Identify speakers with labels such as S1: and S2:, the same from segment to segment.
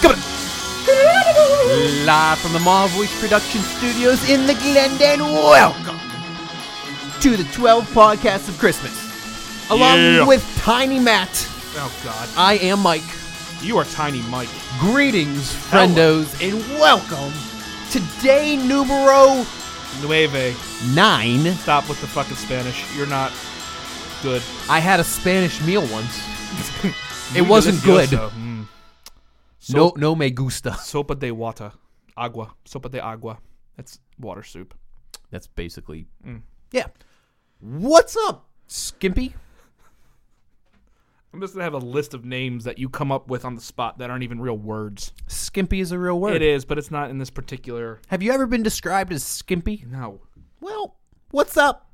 S1: Come on. Live from the Marv Wish Production Studios in the Glendale, welcome to the 12 Podcasts of Christmas. Along
S2: Yeah.
S1: with Tiny Matt,
S2: Oh God,
S1: I am Mike.
S2: you are Tiny Mike.
S1: Greetings, friendos, and welcome to day numero
S2: Nueve,
S1: nine.
S2: stop with the fucking Spanish. You're not good.
S1: I had a Spanish meal once. It wasn't good.
S2: Delicioso. Mm.
S1: No, no me gusta.
S2: Sopa de water, agua. Sopa de agua. That's water soup.
S1: That's basically.
S2: Mm.
S1: Yeah. What's up, Skimpy?
S2: I'm just gonna have a list of names that you come up with on the spot that aren't even real words.
S1: Skimpy is a real word.
S2: It is, but it's not in this particular.
S1: Have you ever been described as skimpy?
S2: No,
S1: Well, what's up,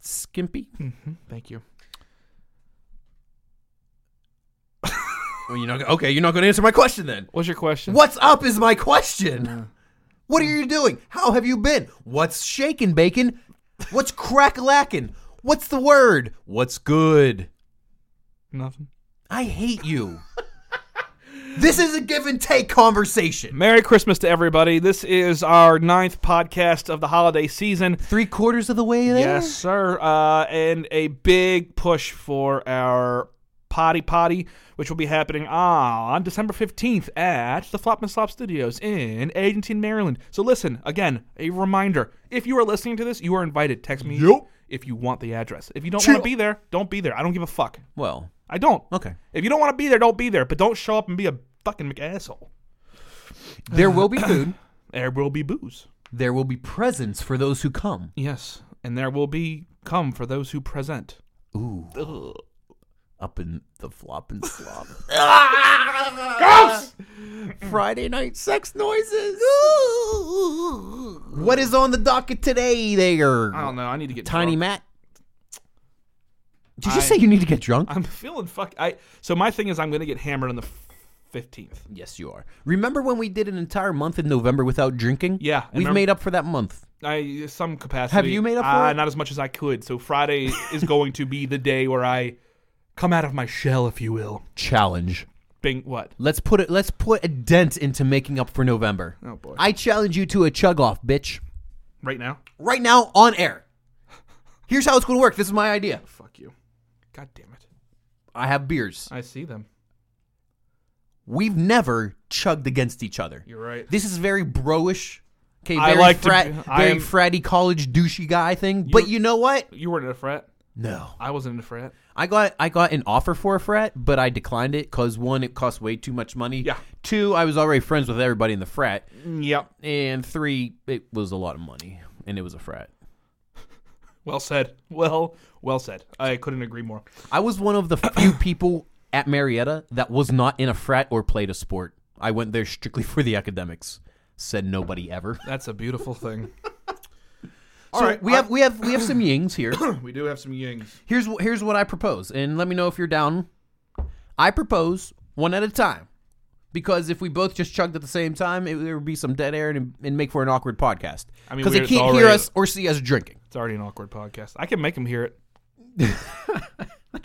S1: skimpy?
S2: thank you.
S1: Well, you're not, okay, you're not going to answer my question then.
S2: What's your question?
S1: What's up is my question. What are you doing? How have you been? What's shaking bacon? What's crack lacking? What's the word? What's good?
S2: Nothing.
S1: I hate you. this is a give and take conversation.
S2: Merry Christmas to everybody. This is our ninth podcast of the holiday season.
S1: Three quarters of the way there?
S2: Yes, sir. Uh, and a big push for our potty potty, which will be happening ah, on December 15th at the Flop and Slop Studios in Agency, Maryland. So listen, again, a reminder. If you are listening to this, you are invited. Text me
S1: Yup.
S2: if you want the address. If you don't want
S1: Chill.
S2: to be there, don't be there. I don't give a fuck.
S1: Well,
S2: I don't.
S1: okay.
S2: If you don't want to be there, don't be there. But don't show up and be a fucking asshole.
S1: There will be food.
S2: There will be booze.
S1: There will be presents for those who come.
S2: Yes. And there will be come for those who present.
S1: Ooh. Up in the flop and slop. Friday night sex noises. What is on the docket today there?
S2: I don't know. I need to get
S1: Tiny
S2: drunk.
S1: Matt. Did you
S2: I-
S1: say you need to get drunk?
S2: I'm feeling fuck. I so my thing is I'm gonna get hammered on the fifteenth.
S1: yes, you are. Remember when we did an entire month in November without drinking?
S2: Yeah, I
S1: We've
S2: remember-
S1: made up for that month.
S2: I some capacity.
S1: Have you made up for
S2: uh,
S1: it?
S2: Not as much as I could. So Friday is going to be the day where I come out of my shell, if you will.
S1: Challenge.
S2: Bing. What?
S1: Let's put it let's put a dent into making up for November.
S2: Oh boy.
S1: I challenge you to a chug off, bitch.
S2: right now.
S1: Right now on air. Here's how it's going to work. This is my idea.
S2: Fuck you. God damn it.
S1: I have beers.
S2: I see them.
S1: We've never chugged against each other.
S2: You're right.
S1: This is very broish. Okay,
S2: I
S1: very
S2: like to
S1: frat,
S2: be- I
S1: very
S2: am-
S1: fratty college douchey guy thing. but you know what?
S2: You weren't in a frat.
S1: No,
S2: I wasn't in a frat.
S1: I got I got an offer for a frat, but I declined it because one, it cost way too much money.
S2: Yeah.
S1: Two, I was already friends with everybody in the frat,
S2: Yep.
S1: and three, it was a lot of money, and it was a frat.
S2: Well said. Well, well said. I couldn't agree more.
S1: I was one of the few people at Marietta that was not in a frat or played a sport. I went there strictly for the academics. Said nobody ever.
S2: That's a beautiful thing.
S1: All right, we have we have we have some yings here.
S2: We do have some yings.
S1: Here's wh- here's what I propose, and let me know if you're down. I propose one at a time, because if we both just chugged at the same time, it, there would be some dead air and, and make for an awkward podcast.
S2: I mean,
S1: because they
S2: we're- it's
S1: can't hear
S2: already-
S1: us or see us drinking.
S2: It's already an awkward podcast. I can make him hear it.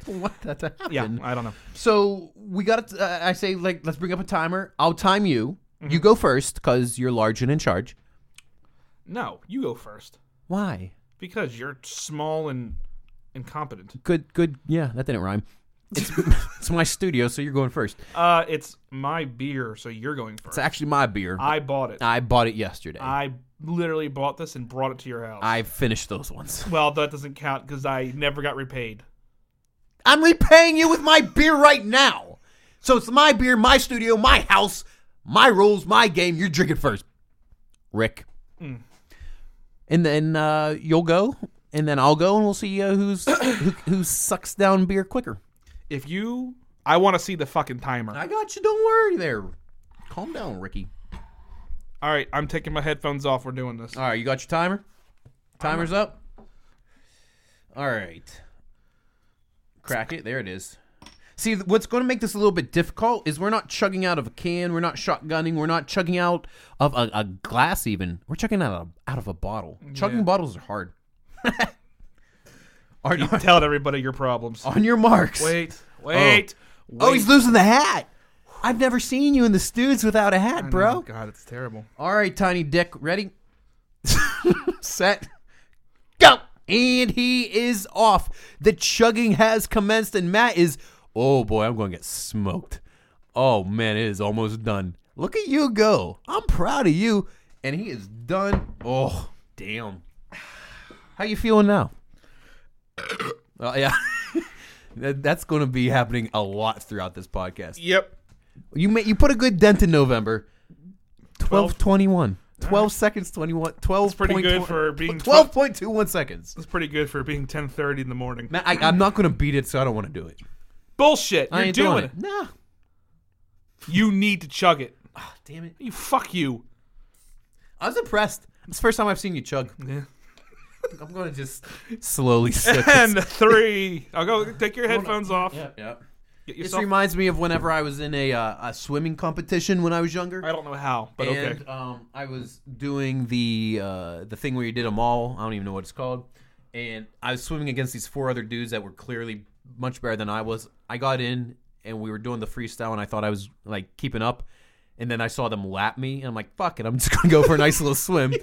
S1: What that to happen?
S2: Yeah. I don't know.
S1: So we got. to Uh, I say like let's bring up a timer. I'll time you.
S2: Mm-hmm.
S1: You go first because you're large and in charge.
S2: No, you go first.
S1: Why?
S2: Because you're small and incompetent.
S1: Good. Good. Yeah, that didn't rhyme. It's, it's my studio, so you're going first.
S2: Uh, it's my beer, so you're going first.
S1: It's actually my beer. I,
S2: I bought it. I,
S1: bought it yesterday. I,
S2: literally bought this and brought it to your house.
S1: finished those ones.
S2: well, that doesn't count because I never got repaid.
S1: I'm repaying you with my beer right now. So it's my beer, my studio, my house, my rules, my game. You're drinking first, Rick. Mm. And then uh, you'll go, and then I'll go, and we'll see uh, who's who, who sucks down beer quicker.
S2: If you, I want to see the fucking timer.
S1: I got you. Don't worry there. Calm down, Ricky.
S2: All right, I'm taking my headphones off. We're doing this.
S1: All right, you got your timer. Timer's up. All right. Crack it. There it is. See, th- what's going to make this a little bit difficult is we're not chugging out of a can, we're not shotgunning, we're not chugging out of a, a glass even. We're chugging out of, out of a bottle. Chugging bottles are hard. Are-
S2: You tell everybody your problems.
S1: on your marks.
S2: Wait, wait,
S1: Oh, he's losing the hat. I've never seen you in the studs without a hat, bro.
S2: God, it's terrible.
S1: All right, Tiny Dick, ready? Set. Go! And he is off. The chugging has commenced, and Matt is, oh boy, I'm going to get smoked. Oh man, it is almost done. Look at you go. I'm proud of you. And he is done. Oh, damn. How you feeling now? Oh yeah. That- That's going to be happening a lot throughout this podcast.
S2: Yep.
S1: You ma- you put a good dent in November. 12 21. 12 seconds 21 12
S2: pretty good for being
S1: 12.21 seconds.
S2: That's pretty good for being 10:30 in the morning.
S1: Man, I, I'm not going to beat it so I don't want to do it.
S2: Bullshit.
S1: I
S2: You're
S1: ain't
S2: doing,
S1: doing
S2: it.
S1: it. Nah.
S2: You need to chug it.
S1: Damn it.
S2: You fuck you.
S1: I was impressed. It's the first time I've seen you chug.
S2: Yeah.
S1: I'm going to just slowly sip.
S2: And three. I'll go take your headphones off.
S1: yeah, yeah.
S2: Get
S1: This
S2: yourself.
S1: reminds me of whenever I was in a, uh, a swimming competition when I was younger.
S2: I don't know how, but
S1: and
S2: okay.
S1: um, I was doing the uh, the thing where you did them all. I don't even know what it's called. And I was swimming against these four other dudes that were clearly much better than I was. I got in and we were doing the freestyle, and I thought I was like keeping up. And then I saw them lap me, and I'm like, "Fuck it, I'm just gonna go for a nice little swim."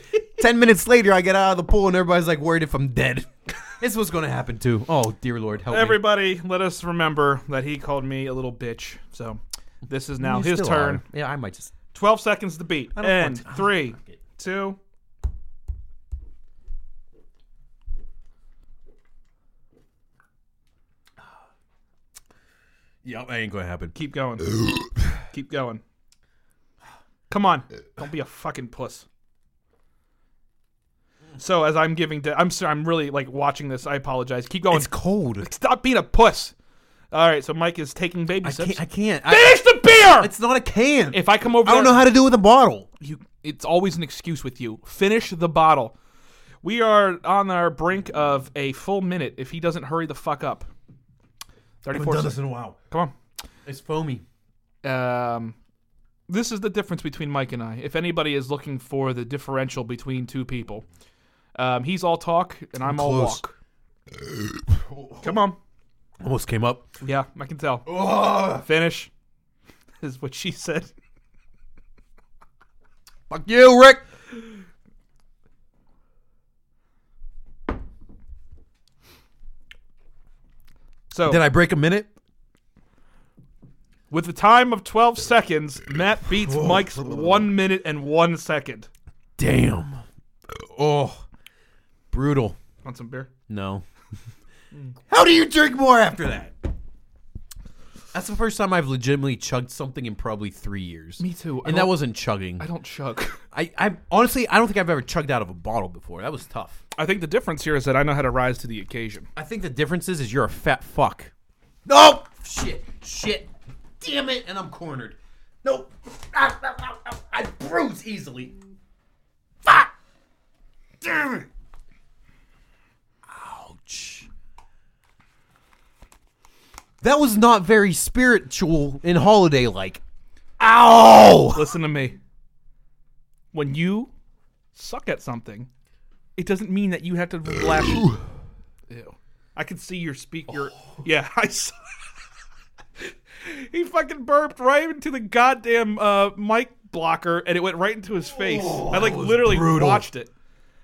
S1: Ten minutes later, I get out of the pool, and everybody's like worried if I'm dead. this is what's gonna happen too. Oh dear lord, help me.
S2: Everybody, let us remember that he called me a little bitch. So this is now
S1: You
S2: his
S1: Oh, still
S2: turn.
S1: are. Yeah, I might just.
S2: 12 seconds to beat.
S1: don't
S2: And
S1: want to-
S2: three,
S1: it.
S2: two.
S1: Yeah, that ain't gonna happen.
S2: Keep going. Keep going. Come on. Don't be a fucking puss. So as I'm giving, to, I'm sorry, I'm really like watching this. I apologize. Keep going.
S1: It's cold.
S2: Stop being a puss. All right, so Mike is taking baby
S1: I
S2: sips.
S1: can't. I can't. I,
S2: Finish the beer.
S1: it's not a can.
S2: if I come over,
S1: I don't
S2: there-
S1: know how to do it with a bottle.
S2: you it's always an excuse with you finish the bottle we are on our brink of a full minute if he doesn't hurry the fuck up 34 sec-
S1: in a while.
S2: come
S1: It's foamy.
S2: on um this is the difference between mike and i if anybody is looking for the differential between two people um, he's all talk and i'm all
S1: Close.
S2: walk come on
S1: Almost came up.
S2: yeah i can tell
S1: Oh.
S2: finish is what she said
S1: Fuck you, Rick.
S2: so
S1: Did I break a minute?
S2: With a time of 12 seconds, Matt beats Mike's 1 minute and 1 second.
S1: Damn. Oh, brutal.
S2: Want some beer?
S1: No. how do you drink more after that? That's the first time I've legitimately chugged something in probably three years.
S2: Me too. I
S1: And that
S2: don't-
S1: wasn't chugging.
S2: I don't chug.
S1: I, I honestly, I don't think I've ever chugged out of a bottle before. That was tough.
S2: I think the difference here is that I know how to rise to the occasion.
S1: I think the difference is, is you're a fat fuck. No! Shit. Shit. Damn it. And I'm cornered. Nope. Ow, ow, ow, ow. I bruise easily. Fuck. Damn it. Ouch. That was not very spiritual and holiday like. Ow!
S2: Listen to me. When you suck at something, it doesn't mean that you have to lash. Ew. I can see your speak. Your yeah. I. s- he fucking burped right into the goddamn uh, mic blocker, and it went right into his face. I like literally
S1: brutal.
S2: watched it.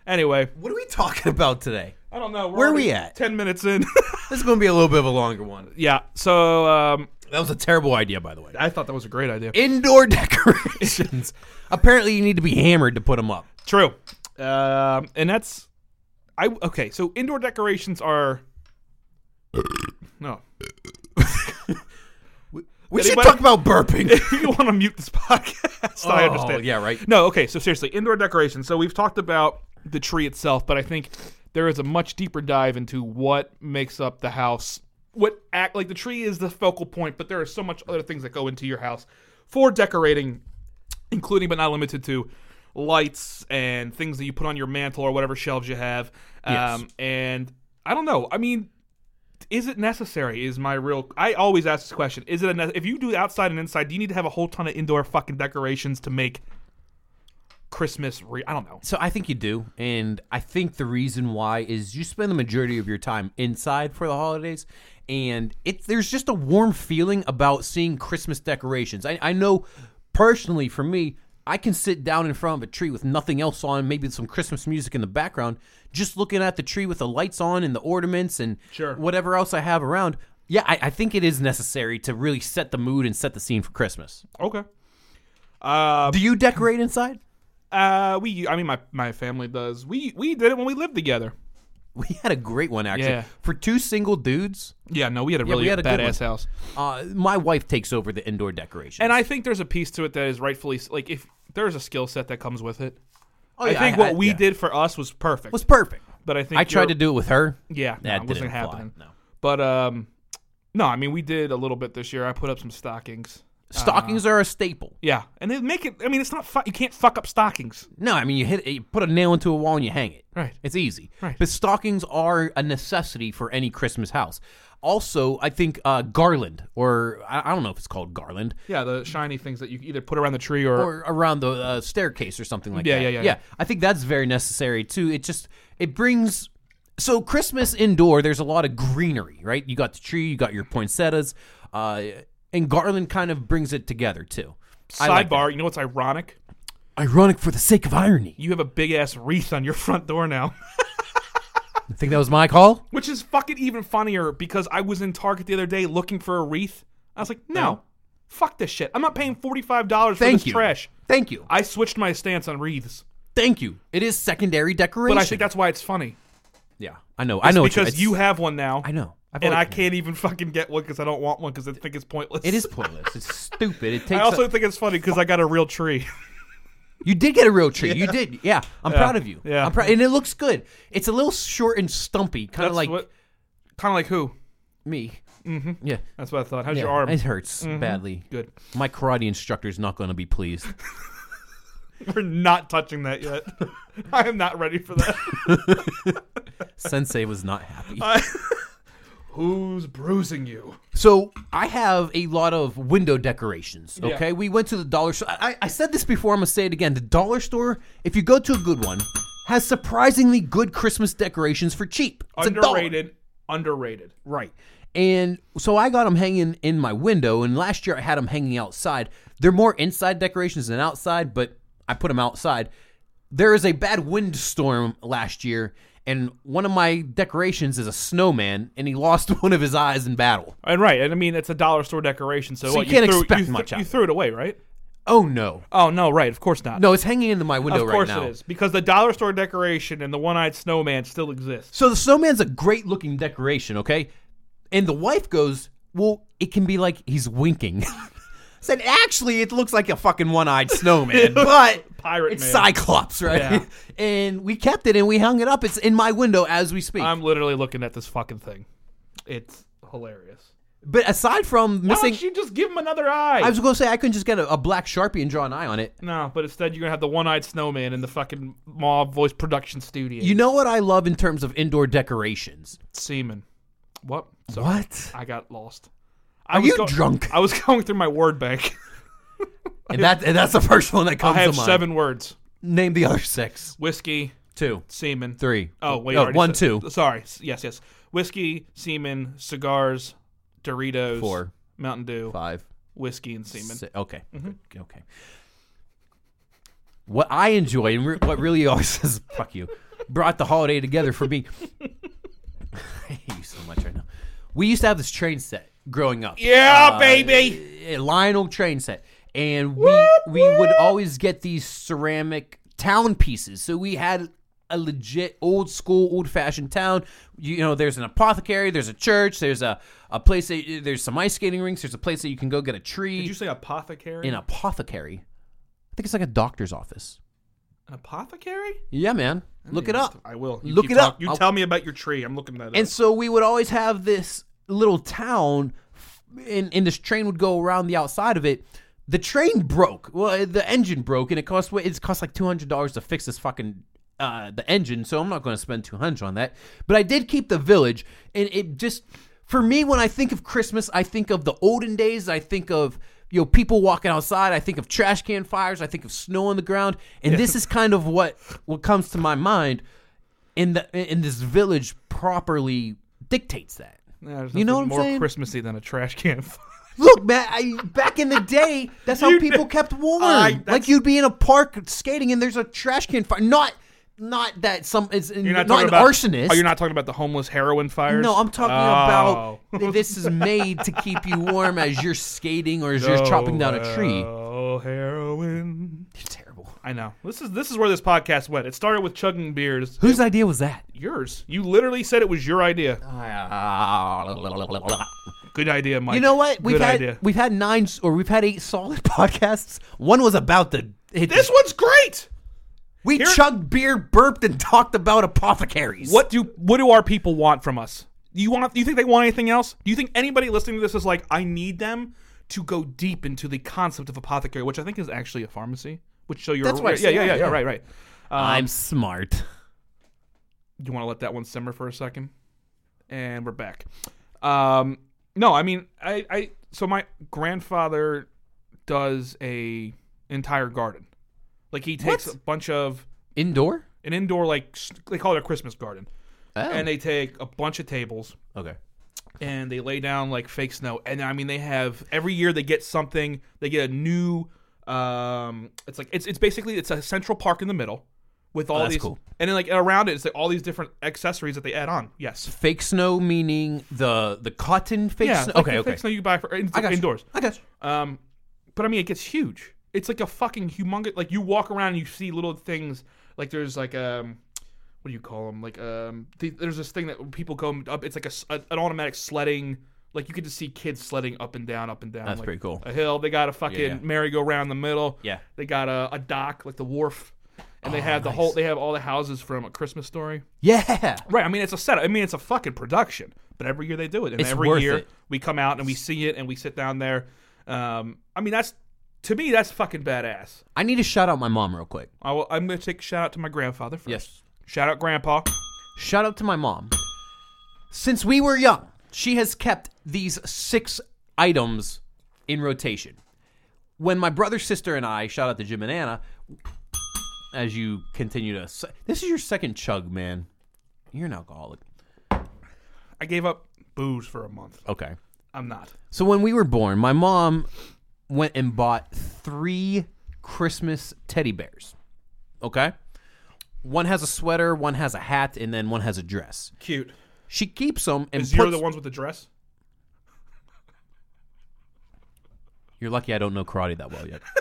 S2: Anyway,
S1: What are we talking about today?
S2: I don't know.
S1: Where are we
S2: already
S1: at?
S2: Ten minutes in.
S1: This is going to be a little bit of a longer one.
S2: yeah. So um,
S1: That was a terrible idea, by the way.
S2: I thought that was a great idea.
S1: indoor decorations. Apparently, you need to be hammered to put them up.
S2: True. Um, and that's I okay. So indoor decorations are no.
S1: We
S2: Anybody-
S1: should talk about burping.
S2: you want to mute this podcast? I
S1: Oh,
S2: understand.
S1: yeah, right.
S2: No. Okay. So seriously, indoor decorations. So we've talked about the tree itself, but I think there is a much deeper dive into what makes up the house. What act like the tree is the focal point, but there are so much other things that go into your house for decorating including but not limited to lights and things that you put on your mantle or whatever shelves you have. Um, And I don't know. I mean, is it necessary? Is my real? I always ask this question: Is it a ne- if you do outside and inside? Do you need to have a whole ton of indoor fucking decorations to make Christmas. Re- I don't know.
S1: So I think you do, and I think the reason why is you spend the majority of your time inside for the holidays, and it there's just a warm feeling about seeing Christmas decorations. I, I know personally for me, I can sit down in front of a tree with nothing else on, maybe some Christmas music in the background, just looking at the tree with the lights on and the ornaments and
S2: Sure.
S1: whatever else I have around. Yeah, I, I think it is necessary to really set the mood and set the scene for Christmas.
S2: Okay. Uh,
S1: Do you decorate inside?
S2: uh, we. I mean, my my family does. We we did it when we lived together.
S1: We had a great one actually
S2: Yeah.
S1: for two single dudes.
S2: Yeah, no, we had a really
S1: we had a good
S2: badass house.
S1: Uh, my wife takes over the indoor decorations.
S2: And I think there's a piece to it that is rightfully like if there's a skill set that comes with it.
S1: oh,
S2: I
S1: yeah,
S2: think what we
S1: yeah.
S2: did for us was perfect.
S1: was perfect.
S2: but I think
S1: I tried
S2: you're-
S1: to
S2: Uh.
S1: do it with her.
S2: Yeah, no,
S1: That
S2: it
S1: didn't
S2: wasn't
S1: fly.
S2: happening.
S1: No.
S2: But um, no, I mean we did a little bit this year. I put up some stockings.
S1: Stockings are a staple.
S2: Yeah, and they make it. I mean, it's not. Fu- you can't fuck up stockings.
S1: No, I mean you hit you put a nail into a wall and you hang it.
S2: Right.
S1: It's easy.
S2: Right.
S1: But stockings are a necessity for any Christmas house. Also, I think uh, garland, or I, I don't know if it's called garland,
S2: Yeah, the shiny things that you either put around the tree or,
S1: or around the uh, staircase or something like
S2: Yeah,
S1: that.
S2: yeah, yeah,
S1: yeah.
S2: yeah.
S1: I think that's very necessary too. It just it brings so Christmas indoor. There's a lot of greenery, right? You got the tree, you got your poinsettias, uh, and garland kind of brings it together too. I
S2: sidebar.
S1: like
S2: you know what's ironic?
S1: that. ironic for the sake of irony.
S2: You have a big ass wreath on your front door now,
S1: I think that was my call.
S2: which is fucking even funnier because I was in Target the other day looking for a wreath. I was like, no, fuck this shit. I'm not paying forty five dollars for
S1: Thank
S2: this
S1: you.
S2: trash.
S1: Thank you.
S2: I switched my stance on wreaths,
S1: Thank you. It is secondary decoration.
S2: but I think that's why it's funny
S1: yeah. I know. I know what
S2: because
S1: it's-
S2: you have one now.
S1: I know. I've
S2: and I
S1: always-
S2: can't even fucking get one because I don't want one because I think it's pointless.
S1: It is pointless. It's stupid. It takes.
S2: I
S1: up-
S2: also think it's funny because I got a real tree.
S1: You did get a real tree. You did. Yeah. I'm proud of you.
S2: Yeah.
S1: I'm proud. And it looks good. It's a little short and stumpy, kind of like
S2: kind of like who?
S1: me. Mm-hmm. Yeah.
S2: That's what I thought. How's
S1: yeah.
S2: your arm? Mm-hmm.
S1: It hurts badly.
S2: Good.
S1: My karate instructor's not going to be pleased.
S2: We're not touching that yet. I am not ready for that.
S1: Sensei was not happy.
S2: Who's bruising you?
S1: So I have a lot of window decorations.
S2: Yeah.
S1: Okay, we went to the dollar store. I, I said this before. I'm gonna say it again. The dollar store, if you go to a good one, has surprisingly good Christmas decorations for cheap. It's a dollar.
S2: underrated. Underrated.
S1: Right. And so I got them hanging in my window, and last year I had them hanging outside. They're more inside decorations than outside, but I put them outside. There is a bad windstorm last year, and one of my decorations is a snowman, and he lost one of his eyes in battle.
S2: And right, and I mean it's a dollar store decoration, so, what,
S1: you can't
S2: threw,
S1: expect
S2: you
S1: much out
S2: You
S1: of
S2: threw it away, right?
S1: Oh no.
S2: Oh no, right, of course not.
S1: No, it's hanging into my window
S2: of course
S1: right now.
S2: it is because the dollar store decoration and the one-eyed snowman still exists.
S1: So the snowman's a great looking decoration, okay? And the wife goes, Well, it can be like he's winking. Said, actually, it looks like a fucking one eyed snowman, but
S2: Pirate
S1: it's
S2: man.
S1: Cyclops, right?
S2: Yeah.
S1: And we kept it and we hung it up. It's in my window as we speak.
S2: I'm literally looking at this fucking thing. It's hilarious.
S1: but aside from
S2: Why
S1: missing,
S2: don't you just give him another eye?
S1: I was going to say, I couldn't just get a, a black Sharpie and draw an eye on it.
S2: no, but instead you're gonna have the one-eyed snowman in the fucking Mauve Voice Production Studio.
S1: You know what I love in terms of indoor decorations?
S2: semen. What? Sorry,
S1: What?
S2: I got lost. I
S1: Are
S2: was
S1: you
S2: go-
S1: drunk?
S2: I was going through my word bank.
S1: And, that, and that's the first one that comes
S2: I have
S1: to mind.
S2: seven words:
S1: Name the other six.
S2: whiskey,
S1: Two.
S2: semen.
S1: Three.
S2: Oh wait,
S1: Oh,
S2: I already
S1: one,
S2: said-
S1: two.
S2: Sorry. S- Yes, yes. Whiskey, semen, cigars, Doritos,
S1: Four.
S2: Mountain Dew,
S1: Five.
S2: whiskey, and semen.
S1: Si- okay.
S2: Mm-hmm.
S1: Good. Okay. What I enjoy and re- what really always says "fuck you" brought the holiday together for me. I hate you so much right now. We used to have this train set growing up.
S2: Yeah,
S1: Uh,
S2: baby.
S1: a Lionel train set, and we we would always get these ceramic town pieces. So we had a legit old school, old fashioned town. You know, there's an apothecary, there's a church, there's a a place that there's some ice skating rinks, there's a place that you can go get a tree
S2: Did you say apothecary?
S1: an apothecary. I think it's like a doctor's office.
S2: An apothecary?
S1: Yeah, man. Look it up.
S2: I will.
S1: Look
S2: keep
S1: it up.
S2: talk- You
S1: I'll-
S2: tell me about your tree. I'm looking that
S1: And
S2: up.
S1: so we would always have this little town, f- and, and this train would go around the outside of it. The train broke. Well, the engine broke, and it cost what- it's cost like two hundred dollars to fix this fucking uh, the engine. So I'm not going to spend two hundred on that. But I did keep the village, and it just for me when I think of Christmas, I think of the olden days. I think of you know, people walking outside. I think of trash can fires. I think of snow on the ground. And this is kind of what what comes to my mind. In the in this village, properly dictates that.
S2: Yeah, there's
S1: You
S2: nothing
S1: know what I'm
S2: more
S1: saying?
S2: Christmassy than a trash can. fire.
S1: Look, man, I, back in the day, that's how
S2: You
S1: people
S2: did-
S1: kept warm.
S2: I- that's-
S1: like you'd be in a park skating, and there's a trash can fire. Not, not that some. It's
S2: You're
S1: not,
S2: not, talking
S1: an
S2: about
S1: arsonist.
S2: Oh, you're not talking about the homeless heroin fires.
S1: No, I'm talking
S2: Oh.
S1: about this is made to keep you warm as you're skating or as you're
S2: Oh,
S1: chopping down a tree.
S2: Oh, heroin.
S1: You're terrible.
S2: I know. This is this is where this podcast went. It started with chugging beers.
S1: Whose idea was that?
S2: Yours. You literally said it was your idea. Good idea, Mike.
S1: You know what? We've
S2: Good
S1: had
S2: idea.
S1: we've had nine s- or we've had eight solid podcasts. One was about to hit
S2: This one's great.
S1: We
S2: here-
S1: chugged beer, burped, and talked about apothecaries.
S2: What do what do our people want from us? You want? You think they want anything else? Do you think anybody listening to this is like, I need them to go deep into the concept of apothecary, which I think is actually a pharmacy. Which so you're
S1: That's what I
S2: yeah, yeah,
S1: said,
S2: yeah, yeah,
S1: yeah.
S2: right, right.
S1: I'm smart.
S2: Do you want to let that one simmer for a second? And we're back. Um, no, I mean, I, I so my grandfather does a entire garden. Like he takes
S1: What?
S2: a bunch of
S1: Indoor?
S2: an indoor like s- they call it a Christmas garden, and they take a bunch of tables
S1: Oh, okay.
S2: and they lay down like fake snow. And I mean, they have every year they get something. They get a new. Um, it's like it's it's basically it's a central park in the middle with all
S1: Oh, that's
S2: these,
S1: cool.
S2: and then like around it, it's like all these different accessories that they add on. Yes.
S1: Fake snow meaning the the cotton fake
S2: Yeah.
S1: snow.
S2: like
S1: okay,
S2: the
S1: okay.
S2: Fake snow you buy for in,
S1: I got you.
S2: indoors.
S1: I got you.
S2: Um, but I mean, it gets huge. It's like a fucking humongous. Like you walk around and you see little things. Like there's like um, what do you call them? Like um, th- there's this thing that people go up. It's like a s- a- an automatic sledding. Like you get to see kids sledding up and down, up and down.
S1: That's
S2: like,
S1: pretty cool.
S2: A hill. They got a fucking
S1: yeah.
S2: merry-go-round in the middle.
S1: Yeah. Oh,
S2: They got a, a dock, like the wharf, and they have the whole. They have all the houses from a Christmas story.
S1: Yeah.
S2: Right. I mean, it's a setup. I mean, it's a fucking production. But every year they do it, and
S1: It's
S2: every
S1: worth
S2: year
S1: it.
S2: we come out and we see it, and we sit down there. Um, I mean, that's to me, that's fucking badass.
S1: I need to shout out my mom real quick.
S2: I will, I'm gonna take a shout out to my grandfather first.
S1: Yes.
S2: Shout out, Grandpa.
S1: Shout out to my mom. Since we were young, she has kept these six items in rotation. When my brother, sister, and I, shout out to Jim and Anna, as you continue to. s- This is your second chug, man. You're an alcoholic.
S2: I gave up booze for a month.
S1: Okay.
S2: I'm not.
S1: So when we were born, my mom went and bought three Christmas teddy bears. Okay? One has a sweater, one has a hat, and then one has a dress.
S2: Cute.
S1: She keeps them and
S2: Is you're
S1: puts-
S2: the ones with the dress?
S1: You're lucky I don't know karate that well yet.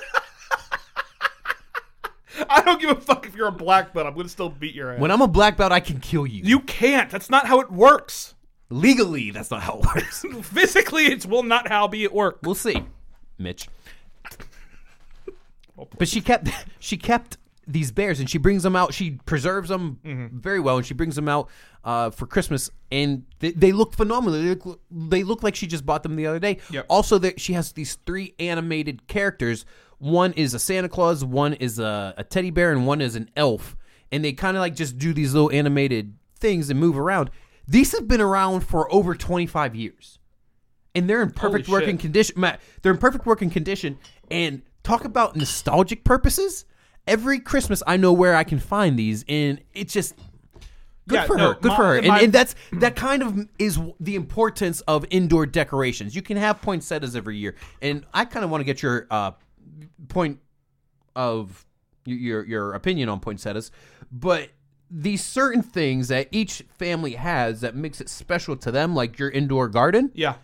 S2: I don't give a fuck if you're a black belt. I'm gonna still beat your ass.
S1: when I'm a black belt, I can kill you.
S2: you can't. That's not how it works.
S1: Legally, that's not how it works.
S2: Physically, it will not how be it work.
S1: we'll see, Mitch. But she kept she kept these bears, and she brings them out. She preserves them very well, and she brings them out uh, for Christmas. And they, they look phenomenal. They look, they look like she just bought them the other day.
S2: Yep.
S1: Also, there, she has these three animated characters. One is a Santa Claus, one is a, a teddy bear, and one is an elf. And they kind of like just do these little animated things and move around. These have been around for over 25 years and they're in perfect
S2: Holy
S1: working
S2: shit.
S1: condition. Matt, they're in perfect working condition. And talk about nostalgic purposes. Every Christmas, I know where I can find these, and it's just good
S2: Yeah,
S1: for
S2: no,
S1: her. Good
S2: my-
S1: for her, and,
S2: my-
S1: and that's that kind of is the importance of indoor decorations. You can have poinsettias every year, and I kind of want to get your uh, point of your- your your opinion on poinsettias, but these certain things that each family has that makes it special to them, like your indoor garden
S2: Yeah.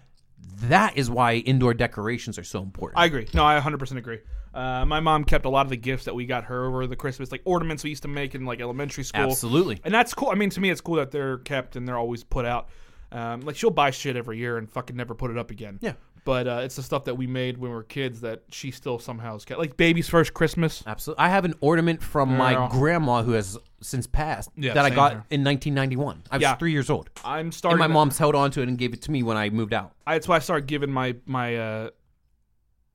S1: that is why indoor decorations are so important.
S2: I agree. No, I 100% agree. Uh, my mom kept a lot of the gifts that we got her over the Christmas, like ornaments we used to make in like elementary school.
S1: Absolutely.
S2: And that's cool. I mean, to me, it's cool that they're kept and they're always put out. Um, like she'll buy shit every year and fucking never put it up again.
S1: Yeah.
S2: But uh, it's the stuff that we made when we were kids that she still somehow has kept. Like baby's first Christmas.
S1: Absolutely. I have an ornament from my
S2: Yeah.
S1: grandma who has since passed
S2: Yeah,
S1: that I
S2: same
S1: got
S2: here.
S1: in 1991. I was
S2: Yeah.
S1: three years old.
S2: I'm
S1: And
S2: starting.
S1: my mom's held on to it and gave it to me when I moved out.
S2: I, that's why I started giving my my uh,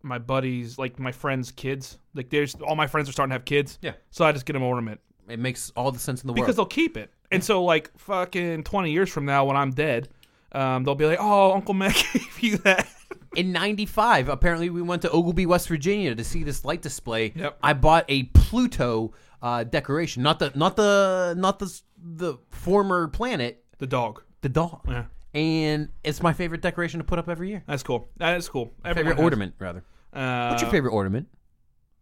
S2: my buddies, like my friends' kids. Like there's all my friends are starting to have kids.
S1: Yeah.
S2: So I just get them an ornament.
S1: It makes all the sense in the
S2: because
S1: world.
S2: they'll keep it. And so, like, fucking 20 years from now, when I'm dead, um, they'll be like, oh, Uncle Matt gave you that.
S1: in 95, apparently we went to Ogilby, West Virginia to see this light display.
S2: Yep.
S1: I bought a Pluto uh, decoration, not the not the not the s- the former planet,
S2: The dog.
S1: the dog.
S2: Yeah.
S1: And it's my favorite decoration to put up every year.
S2: That's cool. That is cool. Everyone
S1: Favorite
S2: has-
S1: ornament, rather.
S2: Uh,
S1: What's your favorite ornament?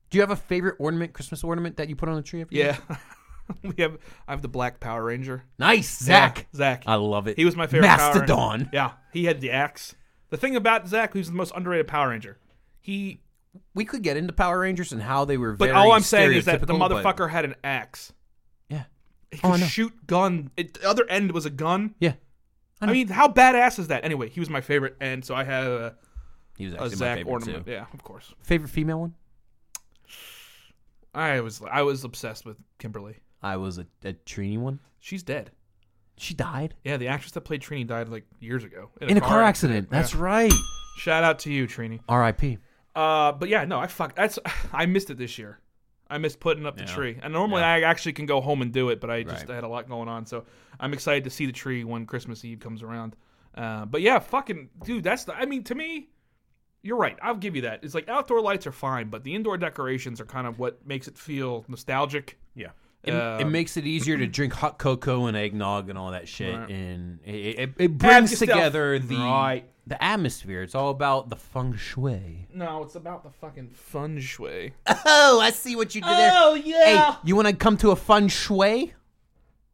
S1: Do you have a favorite ornament, Christmas ornament that you put on the tree every year?
S2: Yeah. we have. I have the black Power Ranger.
S1: Nice, Zach.
S2: Yeah, Zach.
S1: I love it.
S2: He was my favorite Power
S1: Mastodon.
S2: Ranger. Yeah, he had the axe. The thing about Zach, who's the most underrated Power Ranger, he.
S1: We could get into Power Rangers and how they were.
S2: But
S1: very
S2: all I'm saying is that the
S1: stereotypical, but-
S2: motherfucker had an axe.
S1: yeah,
S2: He
S1: Oh,
S2: could
S1: I know.
S2: shoot gun. It, the other end was a gun.
S1: yeah.
S2: I, mean, how badass is that? Anyway, he was my favorite, and so I have a,
S1: He was
S2: a
S1: actually my
S2: Zach
S1: favorite
S2: ornament.
S1: too.
S2: Yeah, of course.
S1: Favorite female one?
S2: I was I was obsessed with Kimberly.
S1: I was a, a Trini one.
S2: She's dead.
S1: She died
S2: Yeah, the actress that played Trini died like years ago
S1: in a car accident. That's right.
S2: Shout out to you, Trini.
S1: R.I.P.
S2: Uh, but yeah, no, I fuck. That's I missed it this year. I missed putting up the tree, and normally I actually can go home and do it, but I just
S1: Right.
S2: had a lot going on, so I'm excited to see the tree when Christmas Eve comes around. Uh, but yeah, fucking dude, that's the. I mean, to me, you're right. I'll give you that. It's like outdoor lights are fine, but the indoor decorations are kind of what makes it feel nostalgic.
S1: Yeah. It,
S2: Uh,
S1: it makes it easier to drink hot cocoa and eggnog and all that shit,
S2: Right.
S1: and it, it, it brings
S2: yourself-
S1: together the
S2: Right.
S1: the atmosphere. It's all about the feng shui.
S2: No, it's about the fucking fun shui.
S1: Oh, I see what you did there. Hey, you want to come to a feng shui?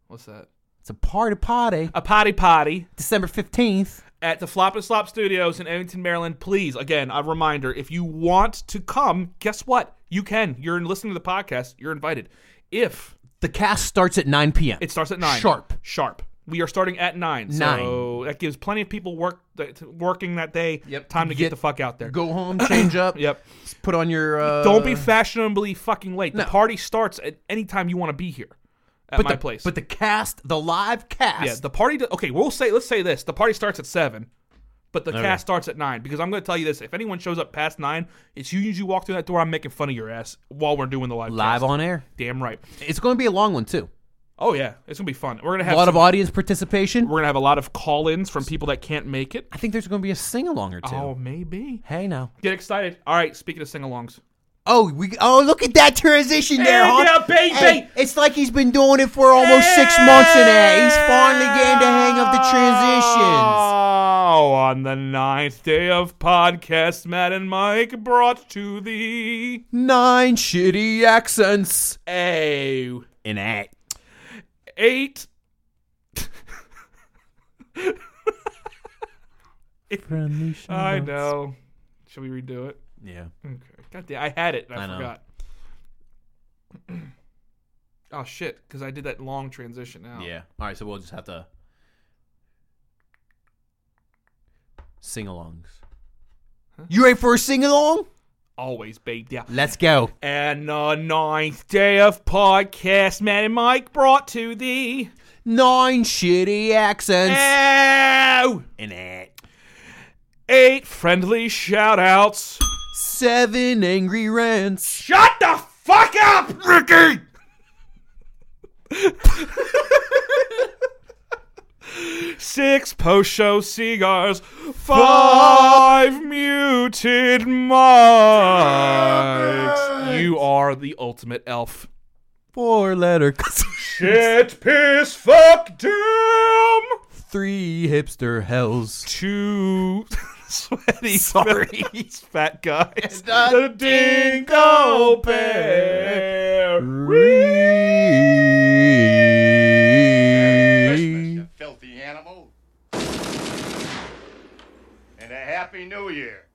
S2: What's that?
S1: It's a party party,
S2: A potty potty.
S1: December fifteenth.
S2: at the Flop and Slop Studios in Evanston, Maryland. Please, again, a reminder: if you want to come, guess what? You can. You're listening to the podcast. You're invited. If
S1: The cast starts at nine p.m.
S2: it starts at nine,
S1: Sharp.
S2: sharp. We are starting at nine, so that gives plenty of people work that- working that day.
S1: Yep.
S2: Time to get,
S1: Get-
S2: the fuck out there.
S1: Go home, change up.
S2: Yep.
S1: Put on your. Uh,
S2: Don't be fashionably fucking late. The
S1: No.
S2: party starts at any time you want to be here at
S1: but
S2: my
S1: the,
S2: place.
S1: But the cast, the live cast.
S2: Yeah, the party. Okay, we'll say. Let's say this: the party starts at seven, but the cast starts at nine. Because I'm going to tell you this: if anyone shows up past nine, it's you. You walk through that door, I'm making fun of your ass while we're doing the live.
S1: live
S2: cast.
S1: on air.
S2: Damn right.
S1: It's going to be a long one too.
S2: Oh yeah, it's gonna be fun. We're gonna
S1: A
S2: have
S1: lot
S2: some-
S1: of audience participation.
S2: we're gonna have a lot of call-ins from people that can't make it.
S1: I think there's going to be a sing along or two.
S2: Oh, maybe.
S1: Hey now.
S2: Get excited. All right. Speaking of sing-alongs,
S1: Oh, we. Oh, look at that transition there,
S2: Hey,
S1: huh?
S2: yeah, baby!
S1: Hey, it's like he's been doing it for almost six months in there. He's finally getting the hang of the transitions.
S2: Oh, on the ninth day of podcast, Matt and Mike brought to thee
S1: Nine shitty accents
S2: a
S1: in act.
S2: eight
S1: Friendly show.
S2: I know. Should we redo it?
S1: Yeah.
S2: Okay. God damn, I had it. And I,
S1: I know.
S2: forgot. oh shit! Because I did that long transition now.
S1: Yeah. All right, so we'll just have to sing alongs. You ready for a sing along?
S2: Always baked. Yeah.
S1: Let's go.
S2: And the ninth day of podcast, Matt and Mike brought to thee.
S1: Nine shitty
S2: Eh.
S1: accents.
S2: Ow!
S1: In it.
S2: Eight friendly shout outs.
S1: Seven angry rants.
S2: Shut the fuck up, Ricky! Six post show cigars, five muted mics. You are the ultimate elf.
S1: Four letter.
S2: Shit, piss, fuck, damn.
S1: Three hipster hells.
S2: Two sweaty, sorry, fat guys.
S1: The dingo bear. Re-
S3: Christmas, you filthy animal. And a happy new year.